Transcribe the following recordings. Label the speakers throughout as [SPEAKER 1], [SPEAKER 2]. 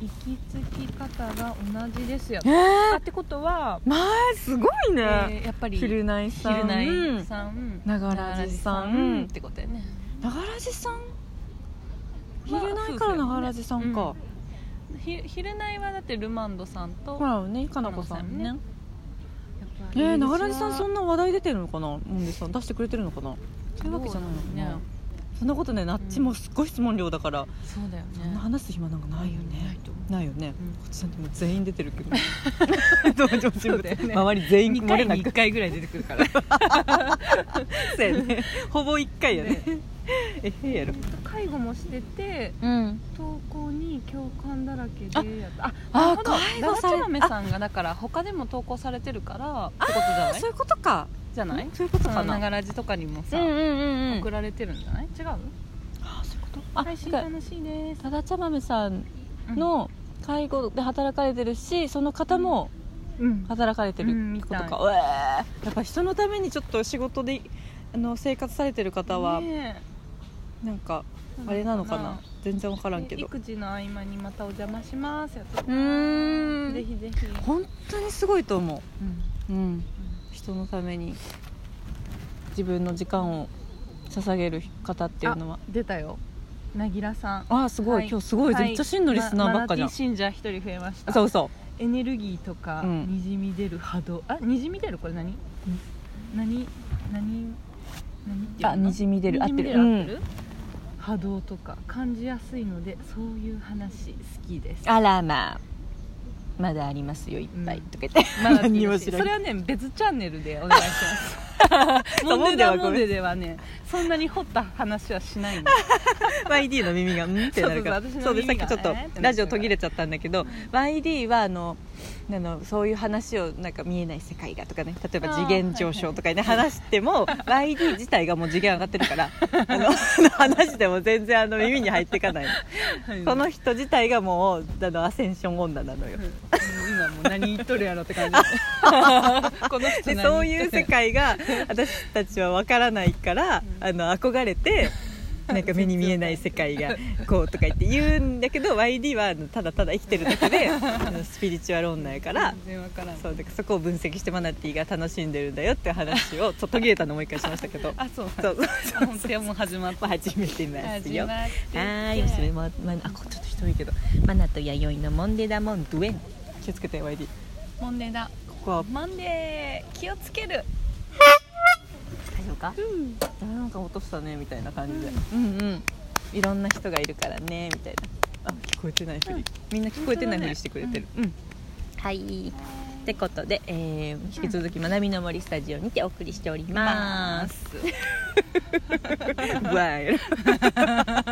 [SPEAKER 1] 行き着き方が同じですよ
[SPEAKER 2] えー
[SPEAKER 1] あってことは、
[SPEAKER 2] まあすごい
[SPEAKER 1] え
[SPEAKER 2] ね、
[SPEAKER 1] ーやっぱり
[SPEAKER 2] 昼ナイさん
[SPEAKER 1] 昼内さん
[SPEAKER 2] ながらじさん
[SPEAKER 1] ながらじってことやね
[SPEAKER 2] ながらじさん
[SPEAKER 1] まあ
[SPEAKER 2] 昼ナイからながらじさんか、
[SPEAKER 1] ひ昼内はだってルマンドさんと
[SPEAKER 2] ほらねかなこさんね
[SPEAKER 1] かな
[SPEAKER 2] えー、ながらじさんそん
[SPEAKER 1] な
[SPEAKER 2] な話題出てるのかなもんでさん出してくれてるのかなそういうわけじゃないのかな、
[SPEAKER 1] ね
[SPEAKER 2] そんなことねなっちもすっごい質問量だから、
[SPEAKER 1] そうだよね
[SPEAKER 2] そんな話す暇なんかないよ
[SPEAKER 1] ない
[SPEAKER 2] ね、
[SPEAKER 1] と思う
[SPEAKER 2] ないよね、
[SPEAKER 1] うん
[SPEAKER 2] こっちなんてもう全員出てる けど 登場人
[SPEAKER 1] そう
[SPEAKER 2] 物、
[SPEAKER 1] だよね
[SPEAKER 2] 周り全員
[SPEAKER 1] 2
[SPEAKER 2] 漏れ
[SPEAKER 1] 回
[SPEAKER 2] な
[SPEAKER 1] に
[SPEAKER 2] く
[SPEAKER 1] 1回ぐらい出てくるから
[SPEAKER 2] そうやねほぼ1回やねえへんやろ
[SPEAKER 1] 介護もしてて
[SPEAKER 2] うん
[SPEAKER 1] 投稿に共感だらけでやったあ
[SPEAKER 2] あ
[SPEAKER 1] なるほど
[SPEAKER 2] 介護さ
[SPEAKER 1] ガラチャ
[SPEAKER 2] れ
[SPEAKER 1] 豆
[SPEAKER 2] あ
[SPEAKER 1] さんがだから他でも投稿されてるからってことじゃ
[SPEAKER 2] あ
[SPEAKER 1] ない
[SPEAKER 2] そういうことか
[SPEAKER 1] じゃない
[SPEAKER 2] そういうこと
[SPEAKER 1] そ
[SPEAKER 2] か
[SPEAKER 1] のな
[SPEAKER 2] な
[SPEAKER 1] がらじとかにもさ、
[SPEAKER 2] ん
[SPEAKER 1] 送られてるんじゃない違う
[SPEAKER 2] あそういうことあ
[SPEAKER 1] 配信
[SPEAKER 2] だから
[SPEAKER 1] 楽しいです
[SPEAKER 2] ただ茶豆さんの介護で働かれてるしその方も
[SPEAKER 1] うん
[SPEAKER 2] 働かれて
[SPEAKER 1] う
[SPEAKER 2] る
[SPEAKER 1] ん
[SPEAKER 2] ってこと
[SPEAKER 1] みた
[SPEAKER 2] か、
[SPEAKER 1] いう
[SPEAKER 2] えーやっぱ人のためにちょっと仕事であの生活されてる方は、
[SPEAKER 1] ね
[SPEAKER 2] なんか
[SPEAKER 1] え
[SPEAKER 2] あれなのかな全然わからんけ
[SPEAKER 1] で
[SPEAKER 2] ど
[SPEAKER 1] 育児の合間にまたお邪魔しますやつ
[SPEAKER 2] うーん
[SPEAKER 1] ぜひぜひ、
[SPEAKER 2] 本当にすごいと思
[SPEAKER 1] うん
[SPEAKER 2] う、うん、人のために自分の時間を捧げる方っていうのは
[SPEAKER 1] 出たよなぎらさん
[SPEAKER 2] ああーすごい、
[SPEAKER 1] はい
[SPEAKER 2] 今日すごい、
[SPEAKER 1] はい
[SPEAKER 2] めっちゃ真のリスナーばっかじ
[SPEAKER 1] ママラテ
[SPEAKER 2] ゃん、
[SPEAKER 1] ィ信者一人増えました
[SPEAKER 2] そうそ
[SPEAKER 1] エネルギーとか、
[SPEAKER 2] うん
[SPEAKER 1] にじみ出る波動あにじみ出るこれ何何何何っていう
[SPEAKER 2] うあ
[SPEAKER 1] の
[SPEAKER 2] にじみ出る合ってる
[SPEAKER 1] にじ
[SPEAKER 2] う
[SPEAKER 1] み出合って
[SPEAKER 2] ん
[SPEAKER 1] る波動とか感じやすいのでそういう話好きです
[SPEAKER 2] あらまあまだありますよいっぱい、
[SPEAKER 1] うん
[SPEAKER 2] とか言って
[SPEAKER 1] まだ
[SPEAKER 2] 何にも知らん
[SPEAKER 1] それはね別チャンネルでお願いし ます
[SPEAKER 2] そう
[SPEAKER 1] モンデダ
[SPEAKER 2] モンデはごめん
[SPEAKER 1] モンデではねそんなに掘った話はしない んで
[SPEAKER 2] YD の耳がうんってなるから
[SPEAKER 1] そうそう
[SPEAKER 2] そ
[SPEAKER 1] そうう
[SPEAKER 2] で
[SPEAKER 1] 私
[SPEAKER 2] さ
[SPEAKER 1] の耳
[SPEAKER 2] っき
[SPEAKER 1] が
[SPEAKER 2] ちょっと
[SPEAKER 1] えーってなっちゃうから
[SPEAKER 2] ラジオ途切れちゃったんだけど YD はあのあのそういう話をなんか見えない世界がとかね例えば
[SPEAKER 1] あー
[SPEAKER 2] 次元上昇とかね話しても YD 自体がもう次元上がってるから あの話でも全然あの耳に入っていかないのこの人自体がもうあのアセンション女なのよ
[SPEAKER 1] うん今もう何言っとるやろって 感じこの人
[SPEAKER 2] で
[SPEAKER 1] 何
[SPEAKER 2] そういう世界が私たちは分からないから、
[SPEAKER 1] うん
[SPEAKER 2] あの憧れ てなんか目に見えない世界がこうとか言って言うんだけど YD はあのただただ生きてるだけ であのスピリチュアル女やから
[SPEAKER 1] 全然わからん
[SPEAKER 2] そうだからそこを分析してマナティーが楽しんでるんだよって話をちょっと途切れたのもう一回しましたけ ど
[SPEAKER 1] あそう
[SPEAKER 2] そうそう
[SPEAKER 1] あ本当やもう始まった
[SPEAKER 2] 始めてますよ。
[SPEAKER 1] まって
[SPEAKER 2] はーい、おしめま、まあ、こちょっと人多いけど、マナと弥生のモンデダモンドゥエン。気をつけて、YD。
[SPEAKER 1] モンデーだ
[SPEAKER 2] ここは、
[SPEAKER 1] モンデー気をつける
[SPEAKER 2] 大丈夫か。
[SPEAKER 1] うん
[SPEAKER 2] なんか落としたねみたいな感じで、うん、うんいろんな人がいるからねみたいなあ聞こえてないふり、
[SPEAKER 1] うん
[SPEAKER 2] みんな聞こえてないふりしてくれてる、うんはいってことで、えー引き続き「まなみの森スタジオ」にてお送りしており
[SPEAKER 1] ま
[SPEAKER 2] ま
[SPEAKER 1] ー
[SPEAKER 2] す。
[SPEAKER 1] す
[SPEAKER 2] わーい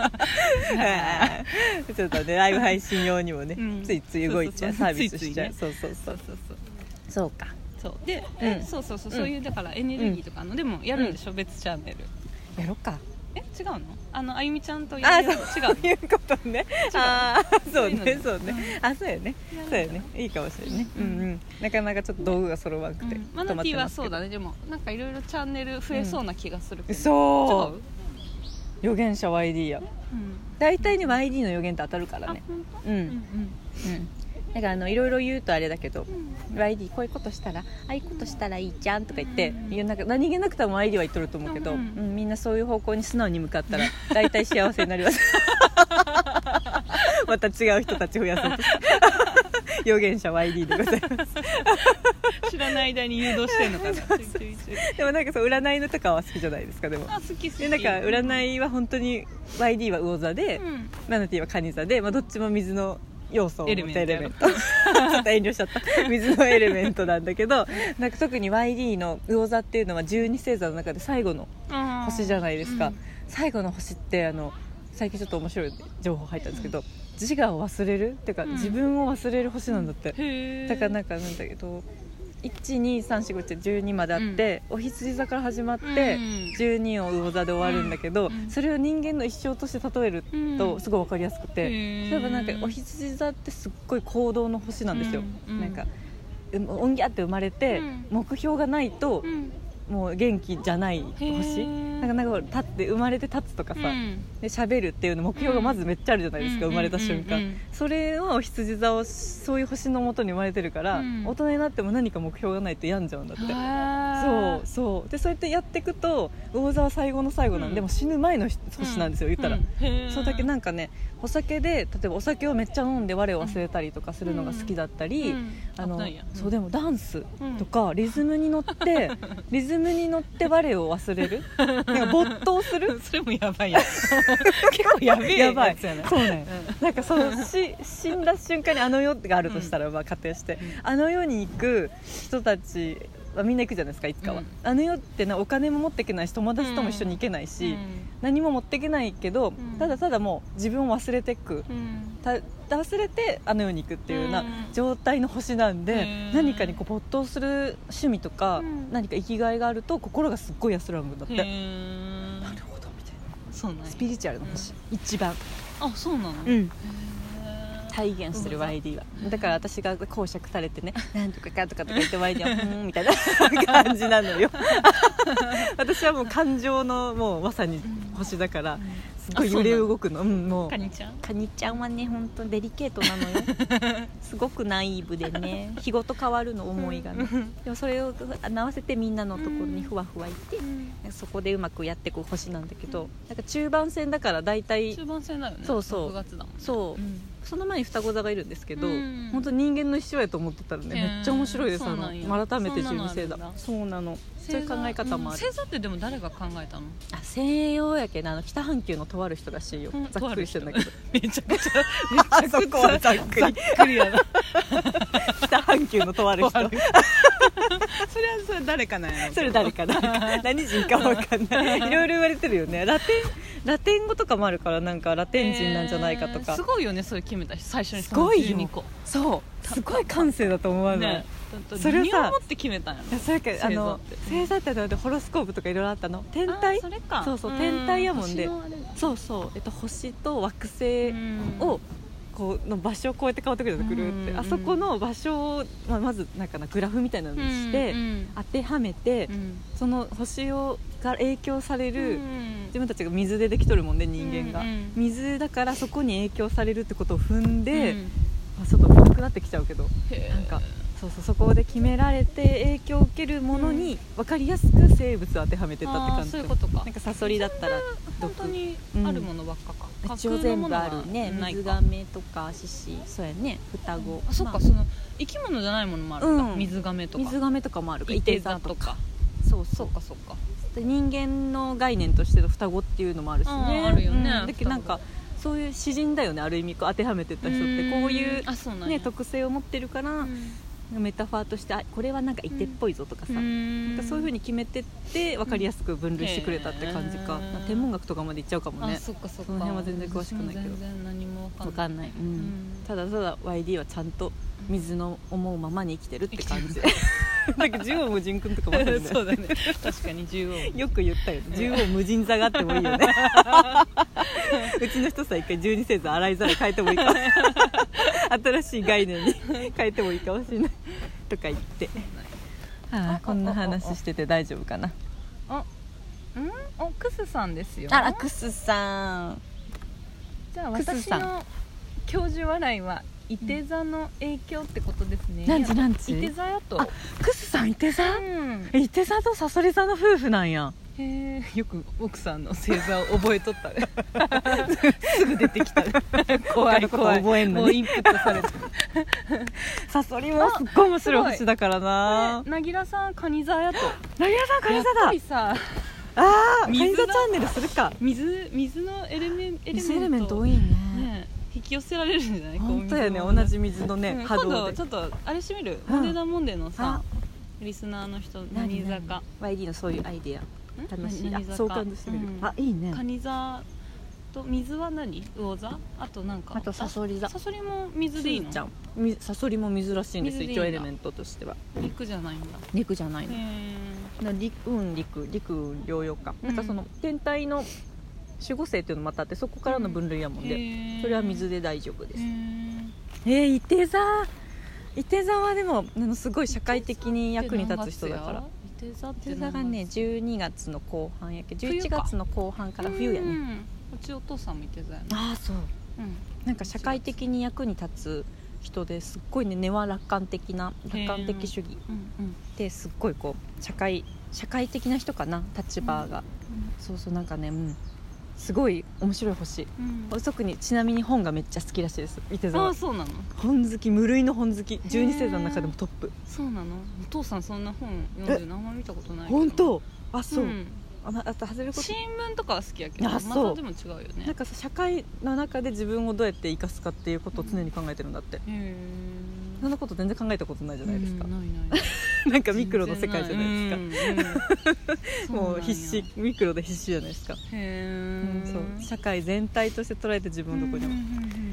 [SPEAKER 2] ちょっとねライブ配信用にもね、
[SPEAKER 1] うん
[SPEAKER 2] ついつい動いちゃう
[SPEAKER 1] そ
[SPEAKER 2] サ
[SPEAKER 1] うそうそう
[SPEAKER 2] ービスしちゃう
[SPEAKER 1] つい
[SPEAKER 2] そうそうそ
[SPEAKER 1] そううそうそう
[SPEAKER 2] そうか
[SPEAKER 1] そうで、
[SPEAKER 2] うん
[SPEAKER 1] そうそうそう
[SPEAKER 2] うん
[SPEAKER 1] そういうだからエネルギーとかの、でもやるんでしょ、別チャンネル
[SPEAKER 2] やろっか
[SPEAKER 1] え違うのあのあゆみちゃんと
[SPEAKER 2] あ
[SPEAKER 1] やる
[SPEAKER 2] そ
[SPEAKER 1] や
[SPEAKER 2] う
[SPEAKER 1] つ違うの
[SPEAKER 2] いうことねあーそう
[SPEAKER 1] そういう
[SPEAKER 2] ね
[SPEAKER 1] の
[SPEAKER 2] そうねあそうよねそうよねいいかもしれないねう
[SPEAKER 1] うんん
[SPEAKER 2] うんなかなかちょっと道具が揃わなくて
[SPEAKER 1] うんマナティーはそうだ
[SPEAKER 2] ね
[SPEAKER 1] ねでもなんかいろいろチャンネル増えそうな気がするけど、違
[SPEAKER 2] そ
[SPEAKER 1] う
[SPEAKER 2] う予言者 YD や
[SPEAKER 1] うん
[SPEAKER 2] 大体ね YD の予言って当たるから
[SPEAKER 1] あ
[SPEAKER 2] ね
[SPEAKER 1] 本当
[SPEAKER 2] う
[SPEAKER 1] う
[SPEAKER 2] ん
[SPEAKER 1] んうん
[SPEAKER 2] うんだからあのいろいろ言うとあれだけ
[SPEAKER 1] う
[SPEAKER 2] ど
[SPEAKER 1] ん
[SPEAKER 2] YD こういうことしたらああいうことしたらいいじゃんとか言って
[SPEAKER 1] うん
[SPEAKER 2] いやなんか何気なく多分 YD は言っとると思うけど、う
[SPEAKER 1] うん
[SPEAKER 2] ん、みんなそういう方向に素直に向 かったら大体幸せになります また違う人たち増やそうと して予言者 YD でございます
[SPEAKER 1] 知らない間に誘導してんの かなちょいちょいちょい
[SPEAKER 2] でもなんかそう占いのとかは好きじゃないですかでも
[SPEAKER 1] あ好き好き
[SPEAKER 2] でなんか占いは本当に YD は魚座で、
[SPEAKER 1] うん
[SPEAKER 2] マナティーはカニ座で、まあ、どっちも水の要素を持ったエ
[SPEAKER 1] エ
[SPEAKER 2] レ
[SPEAKER 1] レ
[SPEAKER 2] メ
[SPEAKER 1] メ
[SPEAKER 2] ン
[SPEAKER 1] ン
[SPEAKER 2] ト ちょっと遠慮しちゃ った水のエレメントなんだけどなんか特に YD の魚座っていうのは十二星座の中で最後の
[SPEAKER 1] あー
[SPEAKER 2] 星じゃないですか、
[SPEAKER 1] うん
[SPEAKER 2] 最後の星ってあの最近ちょっと面白い情報入ったんですけど自我を忘れるっていうか、
[SPEAKER 1] うん
[SPEAKER 2] 自分を忘れる星なんだって、
[SPEAKER 1] へえ
[SPEAKER 2] だからなんかなんだけど1234512まであって、お羊座から始まって、
[SPEAKER 1] うん
[SPEAKER 2] 12を魚座で終わるんだけど、
[SPEAKER 1] うん
[SPEAKER 2] それを人間の一生として例えると
[SPEAKER 1] うん
[SPEAKER 2] すごい分かりやすくて、
[SPEAKER 1] へー
[SPEAKER 2] 例えばなんかお羊座ってすっごい行動の星なんですよ、
[SPEAKER 1] うんうん
[SPEAKER 2] なんかうおんぎゃって生まれて、
[SPEAKER 1] うん
[SPEAKER 2] 目標がないと
[SPEAKER 1] うん
[SPEAKER 2] もう元気じゃない星
[SPEAKER 1] へー
[SPEAKER 2] なんかなんか立って生まれて立つとかさ、
[SPEAKER 1] うん
[SPEAKER 2] で喋るっていうの目標がまずめっちゃあるじゃないですか、
[SPEAKER 1] うん
[SPEAKER 2] 生まれた瞬間、
[SPEAKER 1] うんうんうん
[SPEAKER 2] それを羊座をそういう星のもとに生まれてるから、
[SPEAKER 1] うん
[SPEAKER 2] 大人になっても何か目標がないと病んじゃうんだって
[SPEAKER 1] あ
[SPEAKER 2] そ
[SPEAKER 1] ー
[SPEAKER 2] うそうでそうやってやっていくと魚座は最後の最後なんで、
[SPEAKER 1] うん
[SPEAKER 2] もう死ぬ前のひ星なんですよ、言ったら、
[SPEAKER 1] うん
[SPEAKER 2] それだけなんかねお酒で例えばお酒をめっちゃ飲んで我を忘れたりとかするのが好きだったり、
[SPEAKER 1] うん
[SPEAKER 2] あの
[SPEAKER 1] 危ないやん
[SPEAKER 2] そうでもダンスとかリズムに乗って、リズムに乗って我を忘れるなんか没頭する
[SPEAKER 1] それもやばいやん結構やべえ
[SPEAKER 2] やば
[SPEAKER 1] や
[SPEAKER 2] い
[SPEAKER 1] つやな
[SPEAKER 2] そうね、なんかそのし死んだ瞬間にあの世があるとしたら、まあ仮定して、あの世に行く人たちはみんな行くじゃないですかいつかは、
[SPEAKER 1] うん
[SPEAKER 2] あの世ってなお金も持っていけないし友達とも一緒に行けないし、何も持っていけないけど、
[SPEAKER 1] ん
[SPEAKER 2] ただただもう自分を忘れてく、
[SPEAKER 1] うん
[SPEAKER 2] た忘れてあの世に行くっていうよう
[SPEAKER 1] う
[SPEAKER 2] なん状態の星なんで、
[SPEAKER 1] うん
[SPEAKER 2] 何かにこう没頭する趣味とか、
[SPEAKER 1] うん
[SPEAKER 2] 何か生きがいがあると心がすっごい安らぐんだって、
[SPEAKER 1] へえ
[SPEAKER 2] なるほどみたい
[SPEAKER 1] そうなん
[SPEAKER 2] な
[SPEAKER 1] や
[SPEAKER 2] スピリチュアルの星、一番、
[SPEAKER 1] あそうなの
[SPEAKER 2] うん、
[SPEAKER 1] へー
[SPEAKER 2] 体現してる
[SPEAKER 1] うん
[SPEAKER 2] YD はだから私が講釈され てね「なんとかか」とかとか言って YD は「うーん」みたい な感じなのよ私はもう感情のもうまさに星だからすっごい揺れ動くのうんもう
[SPEAKER 1] カニちゃん
[SPEAKER 2] カニちゃんはね本当デリケートなのよ すごくナイーブでね日ごと変わるの思いがねでもそれを合わせてみんなのところにふわふわいてそこでうまくやっていく星なんだけどなんか中盤戦だから大体
[SPEAKER 1] 中盤戦だよね
[SPEAKER 2] そうそう
[SPEAKER 1] 6月だもん
[SPEAKER 2] そうその前に双子座がいるんですけど、
[SPEAKER 1] うん
[SPEAKER 2] 本当人間の一生やと思ってたらね
[SPEAKER 1] へー
[SPEAKER 2] めっちゃ面白いです
[SPEAKER 1] そ
[SPEAKER 2] あ
[SPEAKER 1] うなんや
[SPEAKER 2] の改めて
[SPEAKER 1] そんなのある
[SPEAKER 2] 十二星
[SPEAKER 1] んだ
[SPEAKER 2] 座そうなのそういう考え方もある
[SPEAKER 1] 星座ってでも誰が考えたの
[SPEAKER 2] あ西洋やけなあの北半球のとある人らしいよ
[SPEAKER 1] うん
[SPEAKER 2] ざっくりしてん だけど
[SPEAKER 1] めちゃくちゃ
[SPEAKER 2] あそこはざっくり
[SPEAKER 1] クリアな
[SPEAKER 2] 北半球のとある人
[SPEAKER 1] それはそれ誰かなんやろう
[SPEAKER 2] そ
[SPEAKER 1] け
[SPEAKER 2] れ
[SPEAKER 1] ど
[SPEAKER 2] 誰 かな何人かわかんないいろいろ言われてるよねラテンラテン語とかもあるからなんかラテン人なんじゃないかと
[SPEAKER 1] えー
[SPEAKER 2] か、
[SPEAKER 1] すごいよねそれ決めた人最初に
[SPEAKER 2] すごいよ
[SPEAKER 1] 12個
[SPEAKER 2] そうすごい感性だと思わない、
[SPEAKER 1] ね
[SPEAKER 2] それをさ
[SPEAKER 1] 何を持って決めたんや
[SPEAKER 2] いや
[SPEAKER 1] ろ
[SPEAKER 2] それかあの
[SPEAKER 1] 星
[SPEAKER 2] 星座ってだってホロスコープとかいろいろあったの天
[SPEAKER 1] あ
[SPEAKER 2] 体
[SPEAKER 1] それか
[SPEAKER 2] そうそうん天体やもんで
[SPEAKER 1] 星のあれ
[SPEAKER 2] そうそう、えっと、星と惑
[SPEAKER 1] う
[SPEAKER 2] 星
[SPEAKER 1] ん
[SPEAKER 2] をこうの場所をこうやって変わってくるじゃないぐるーって、
[SPEAKER 1] うん
[SPEAKER 2] あそこの場所を、まあ、まずなんかなグラフみたいなのにして、
[SPEAKER 1] うん
[SPEAKER 2] 当てはめて、
[SPEAKER 1] うん
[SPEAKER 2] その星をが影響される、
[SPEAKER 1] うん
[SPEAKER 2] 自分たちが水でできとるもんね人間が、
[SPEAKER 1] うんうん
[SPEAKER 2] 水だからそこに影響されるってことを踏んで、
[SPEAKER 1] うん
[SPEAKER 2] まあ、ちょっと重くなってきちゃうけど
[SPEAKER 1] へー
[SPEAKER 2] なんかそうそうそこで決められて影響を受けるものに分かりやすく生物を当てはめてたって
[SPEAKER 1] あ
[SPEAKER 2] 感
[SPEAKER 1] ー
[SPEAKER 2] じ
[SPEAKER 1] そういうことか
[SPEAKER 2] なんかサソリだったら
[SPEAKER 1] 本
[SPEAKER 2] 毒
[SPEAKER 1] 当にあるものばっかか、架
[SPEAKER 2] 一
[SPEAKER 1] 空
[SPEAKER 2] 応
[SPEAKER 1] の
[SPEAKER 2] 全
[SPEAKER 1] も
[SPEAKER 2] 部
[SPEAKER 1] のは
[SPEAKER 2] あるね
[SPEAKER 1] ない
[SPEAKER 2] 水
[SPEAKER 1] か
[SPEAKER 2] ガメとか獅子そうやね双子
[SPEAKER 1] あそっ
[SPEAKER 2] ま
[SPEAKER 1] かその生き物じゃないものもあるんだ、
[SPEAKER 2] うん
[SPEAKER 1] 水ガメとか
[SPEAKER 2] 水ガメとかもあるから
[SPEAKER 1] イテ
[SPEAKER 2] 座
[SPEAKER 1] ザとか
[SPEAKER 2] そう
[SPEAKER 1] そ
[SPEAKER 2] そうう
[SPEAKER 1] かそうか
[SPEAKER 2] で人間の概念としての双子っていうのもあるしね
[SPEAKER 1] うんあるよね
[SPEAKER 2] うんだけどなんかそういう詩人だよねある意味こう当てはめてった人ってこういう
[SPEAKER 1] あそうなんや
[SPEAKER 2] ね特性を持ってるから
[SPEAKER 1] うん
[SPEAKER 2] メタファーとしてあこれはなんかイテっぽいぞとかさ
[SPEAKER 1] うん
[SPEAKER 2] なんかそういうふうに決めてって分かりやすく分類してくれたって感じか
[SPEAKER 1] うん
[SPEAKER 2] なんか天文学とかまでいっちゃうかも
[SPEAKER 1] あ
[SPEAKER 2] ね
[SPEAKER 1] そっかそっか
[SPEAKER 2] その辺は全然詳しくないけど
[SPEAKER 1] 私も全然何も
[SPEAKER 2] 分
[SPEAKER 1] 分か
[SPEAKER 2] か
[SPEAKER 1] ん
[SPEAKER 2] ん
[SPEAKER 1] ない
[SPEAKER 2] ない、う
[SPEAKER 1] うんん
[SPEAKER 2] ただただ YD はちゃんと水の思うままに生きてるって感じ なんか縦横無尽君とかもあ る
[SPEAKER 1] そう
[SPEAKER 2] ね
[SPEAKER 1] だね確かに十王
[SPEAKER 2] よく言ったよね縦横無尽座があってもいいよ ねうちの人さ一回十二星座洗い皿変えてもいい か新しい概念に変えてもいいかもしれないとか言ってああこんな話してて大丈夫かな
[SPEAKER 1] あうんおクスさんですよ
[SPEAKER 2] あらクスさん
[SPEAKER 1] じゃあ
[SPEAKER 2] クス
[SPEAKER 1] 私
[SPEAKER 2] さん
[SPEAKER 1] の教授笑いは伊手座の影響ってことですね、
[SPEAKER 2] なんちなんち
[SPEAKER 1] 伊手座やと
[SPEAKER 2] あクスさんいてさ
[SPEAKER 1] うん
[SPEAKER 2] いて座とさそり座の夫婦なんや
[SPEAKER 1] へえよく奥さんの星座を覚えと ったねすぐ出てきたね怖
[SPEAKER 2] 他の
[SPEAKER 1] い
[SPEAKER 2] こと
[SPEAKER 1] 怖い
[SPEAKER 2] 覚えんのね
[SPEAKER 1] もうインプットされて
[SPEAKER 2] サソリもすっごい面白い
[SPEAKER 1] すご
[SPEAKER 2] 星
[SPEAKER 1] い
[SPEAKER 2] だからな
[SPEAKER 1] なぎらさんカニ座やと
[SPEAKER 2] ラギラさんカニ座
[SPEAKER 1] やっ
[SPEAKER 2] だ
[SPEAKER 1] ぱりさ
[SPEAKER 2] ああカニ
[SPEAKER 1] 水
[SPEAKER 2] 座
[SPEAKER 1] だ
[SPEAKER 2] チャンネルするか
[SPEAKER 1] 水水のエレメンエレメント
[SPEAKER 2] いね
[SPEAKER 1] ね引き寄せられるんじゃない
[SPEAKER 2] 本当やね
[SPEAKER 1] こう
[SPEAKER 2] 同じ水のね、
[SPEAKER 1] うん
[SPEAKER 2] 波
[SPEAKER 1] 今
[SPEAKER 2] 動
[SPEAKER 1] 度
[SPEAKER 2] で
[SPEAKER 1] ちょっとあれしてみる
[SPEAKER 2] うん
[SPEAKER 1] モデダモンデのさリスナーの人何座か
[SPEAKER 2] YD のそういうアイディ
[SPEAKER 1] ん
[SPEAKER 2] ア楽しいあ
[SPEAKER 1] 何座か
[SPEAKER 2] 相関してみる、
[SPEAKER 1] うん
[SPEAKER 2] あいいね
[SPEAKER 1] カニ座と水は何魚座あとなんか
[SPEAKER 2] あとサソリ座
[SPEAKER 1] あサソリも水でいいの
[SPEAKER 2] ちゃんみサソリも珍しいんで
[SPEAKER 1] 水
[SPEAKER 2] す
[SPEAKER 1] でいいんだ
[SPEAKER 2] 一応エレメントとしては
[SPEAKER 1] 陸じゃないんだ
[SPEAKER 2] 陸じゃない
[SPEAKER 1] へえ
[SPEAKER 2] な陸運陸陸運療養か、
[SPEAKER 1] うん
[SPEAKER 2] なんかその天体の守護星っていうのもまたあってそこからの分類やもんで、
[SPEAKER 1] へー
[SPEAKER 2] それは水で大丈夫で
[SPEAKER 1] へ
[SPEAKER 2] す、
[SPEAKER 1] ー
[SPEAKER 2] えー、伊手座伊手座はでもあのすごい社会的に役に立つ人だから
[SPEAKER 1] 伊手座って
[SPEAKER 2] 手座がね12月の後半やけど
[SPEAKER 1] 冬
[SPEAKER 2] 11
[SPEAKER 1] か
[SPEAKER 2] 月の後半から冬や
[SPEAKER 1] う
[SPEAKER 2] ね
[SPEAKER 1] んうちお父さんも手座やね
[SPEAKER 2] ああそう
[SPEAKER 1] うん
[SPEAKER 2] なんか社会的に役に立つ人ですっごいね根は楽観的な楽観的主義
[SPEAKER 1] うんうん
[SPEAKER 2] ですっごいこう社会社会的な人かな立場が、そうそうなんかねうんすごい面白い星
[SPEAKER 1] うん
[SPEAKER 2] 特にちなみに本がめっちゃ好きらしいです伊手
[SPEAKER 1] あ
[SPEAKER 2] 座
[SPEAKER 1] あそうなの
[SPEAKER 2] 本好き無類の本好き
[SPEAKER 1] へ
[SPEAKER 2] 12
[SPEAKER 1] ー
[SPEAKER 2] 星座の中でもトップ
[SPEAKER 1] そうなのお父さんそんな本読んでるのあんま見たことないけど
[SPEAKER 2] 本当あそう、
[SPEAKER 1] ん
[SPEAKER 2] あまあと外れること
[SPEAKER 1] 新聞とかは好きやけどま
[SPEAKER 2] あそう
[SPEAKER 1] たでも違うよ
[SPEAKER 2] なん
[SPEAKER 1] ね
[SPEAKER 2] かさ社会の中で自分をどうやって生かすかっていうことを常に考えてるんだって、
[SPEAKER 1] へえ
[SPEAKER 2] そんなこと全然考えたことないじゃないですか、
[SPEAKER 1] うんないない
[SPEAKER 2] なんかミクロの世界じゃないです
[SPEAKER 1] です
[SPEAKER 2] か、 もう必死ミクロで必死じゃないですか、
[SPEAKER 1] へえ
[SPEAKER 2] そう社会全体として捉えて自分のとこにも、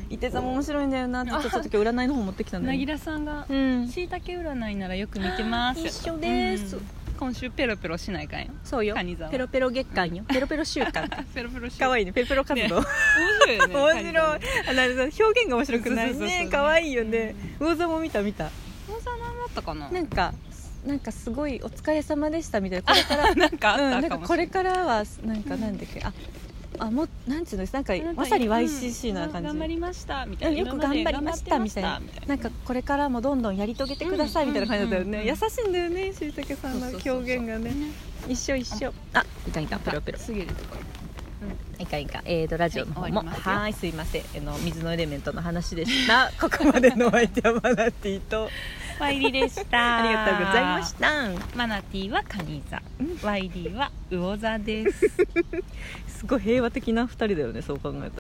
[SPEAKER 2] 伊手座も面白いんだよなってちょっと
[SPEAKER 1] あ
[SPEAKER 2] ちょっと今日占いの方持ってきたんだ
[SPEAKER 1] な
[SPEAKER 2] よ
[SPEAKER 1] ぎ
[SPEAKER 2] ね
[SPEAKER 1] らさんが
[SPEAKER 2] うん
[SPEAKER 1] しいたけ占いならよく見てます
[SPEAKER 2] 一緒です
[SPEAKER 1] うん今週ペロペロしないかんよ
[SPEAKER 2] そうよ
[SPEAKER 1] カニ座は
[SPEAKER 2] ペロペロ月間よペロペロ週間
[SPEAKER 1] ペロペロし
[SPEAKER 2] かわ
[SPEAKER 1] い
[SPEAKER 2] いいねペロペロ活動、
[SPEAKER 1] 面白いよね
[SPEAKER 2] 面白い
[SPEAKER 1] い
[SPEAKER 2] あなるほど表現が面白くな
[SPEAKER 1] そ
[SPEAKER 2] いう
[SPEAKER 1] そうそうそ
[SPEAKER 2] ね
[SPEAKER 1] う
[SPEAKER 2] 可愛いよね魚座も見た見た
[SPEAKER 1] おさなんだったかな
[SPEAKER 2] なんかなんかすごいお疲れ様でしたみたいなこれ から
[SPEAKER 1] なんか
[SPEAKER 2] うん、
[SPEAKER 1] あ
[SPEAKER 2] な
[SPEAKER 1] っ
[SPEAKER 2] ん
[SPEAKER 1] た
[SPEAKER 2] か
[SPEAKER 1] かも
[SPEAKER 2] こ
[SPEAKER 1] しれない
[SPEAKER 2] れからはなんかなんだっけ、ああもうなんていうのなんかまさに YCC な感じ、
[SPEAKER 1] うん頑張りましたみた
[SPEAKER 2] う
[SPEAKER 1] い
[SPEAKER 2] ん
[SPEAKER 1] な
[SPEAKER 2] よく頑張りましたみたいななんかこれからもどんどんやり遂げてくださいみたいな感じだったよね、
[SPEAKER 1] うんうんうん
[SPEAKER 2] 優しいんだよねしいたけさんの表現がね一緒一緒あいかんいかんペロペロ
[SPEAKER 1] すげえとか
[SPEAKER 2] いかんいかんえーとラジオの方も
[SPEAKER 1] はい終わりま
[SPEAKER 2] は
[SPEAKER 1] すよ
[SPEAKER 2] ーいすいませんあの水のエレメントの話でした ここまでのお相手はマナティと
[SPEAKER 1] ワイリでした
[SPEAKER 2] ありがとうございました
[SPEAKER 1] マナティーはカニ座ワイリーは魚座です
[SPEAKER 2] すごい平和的な二人だよねそう考えたら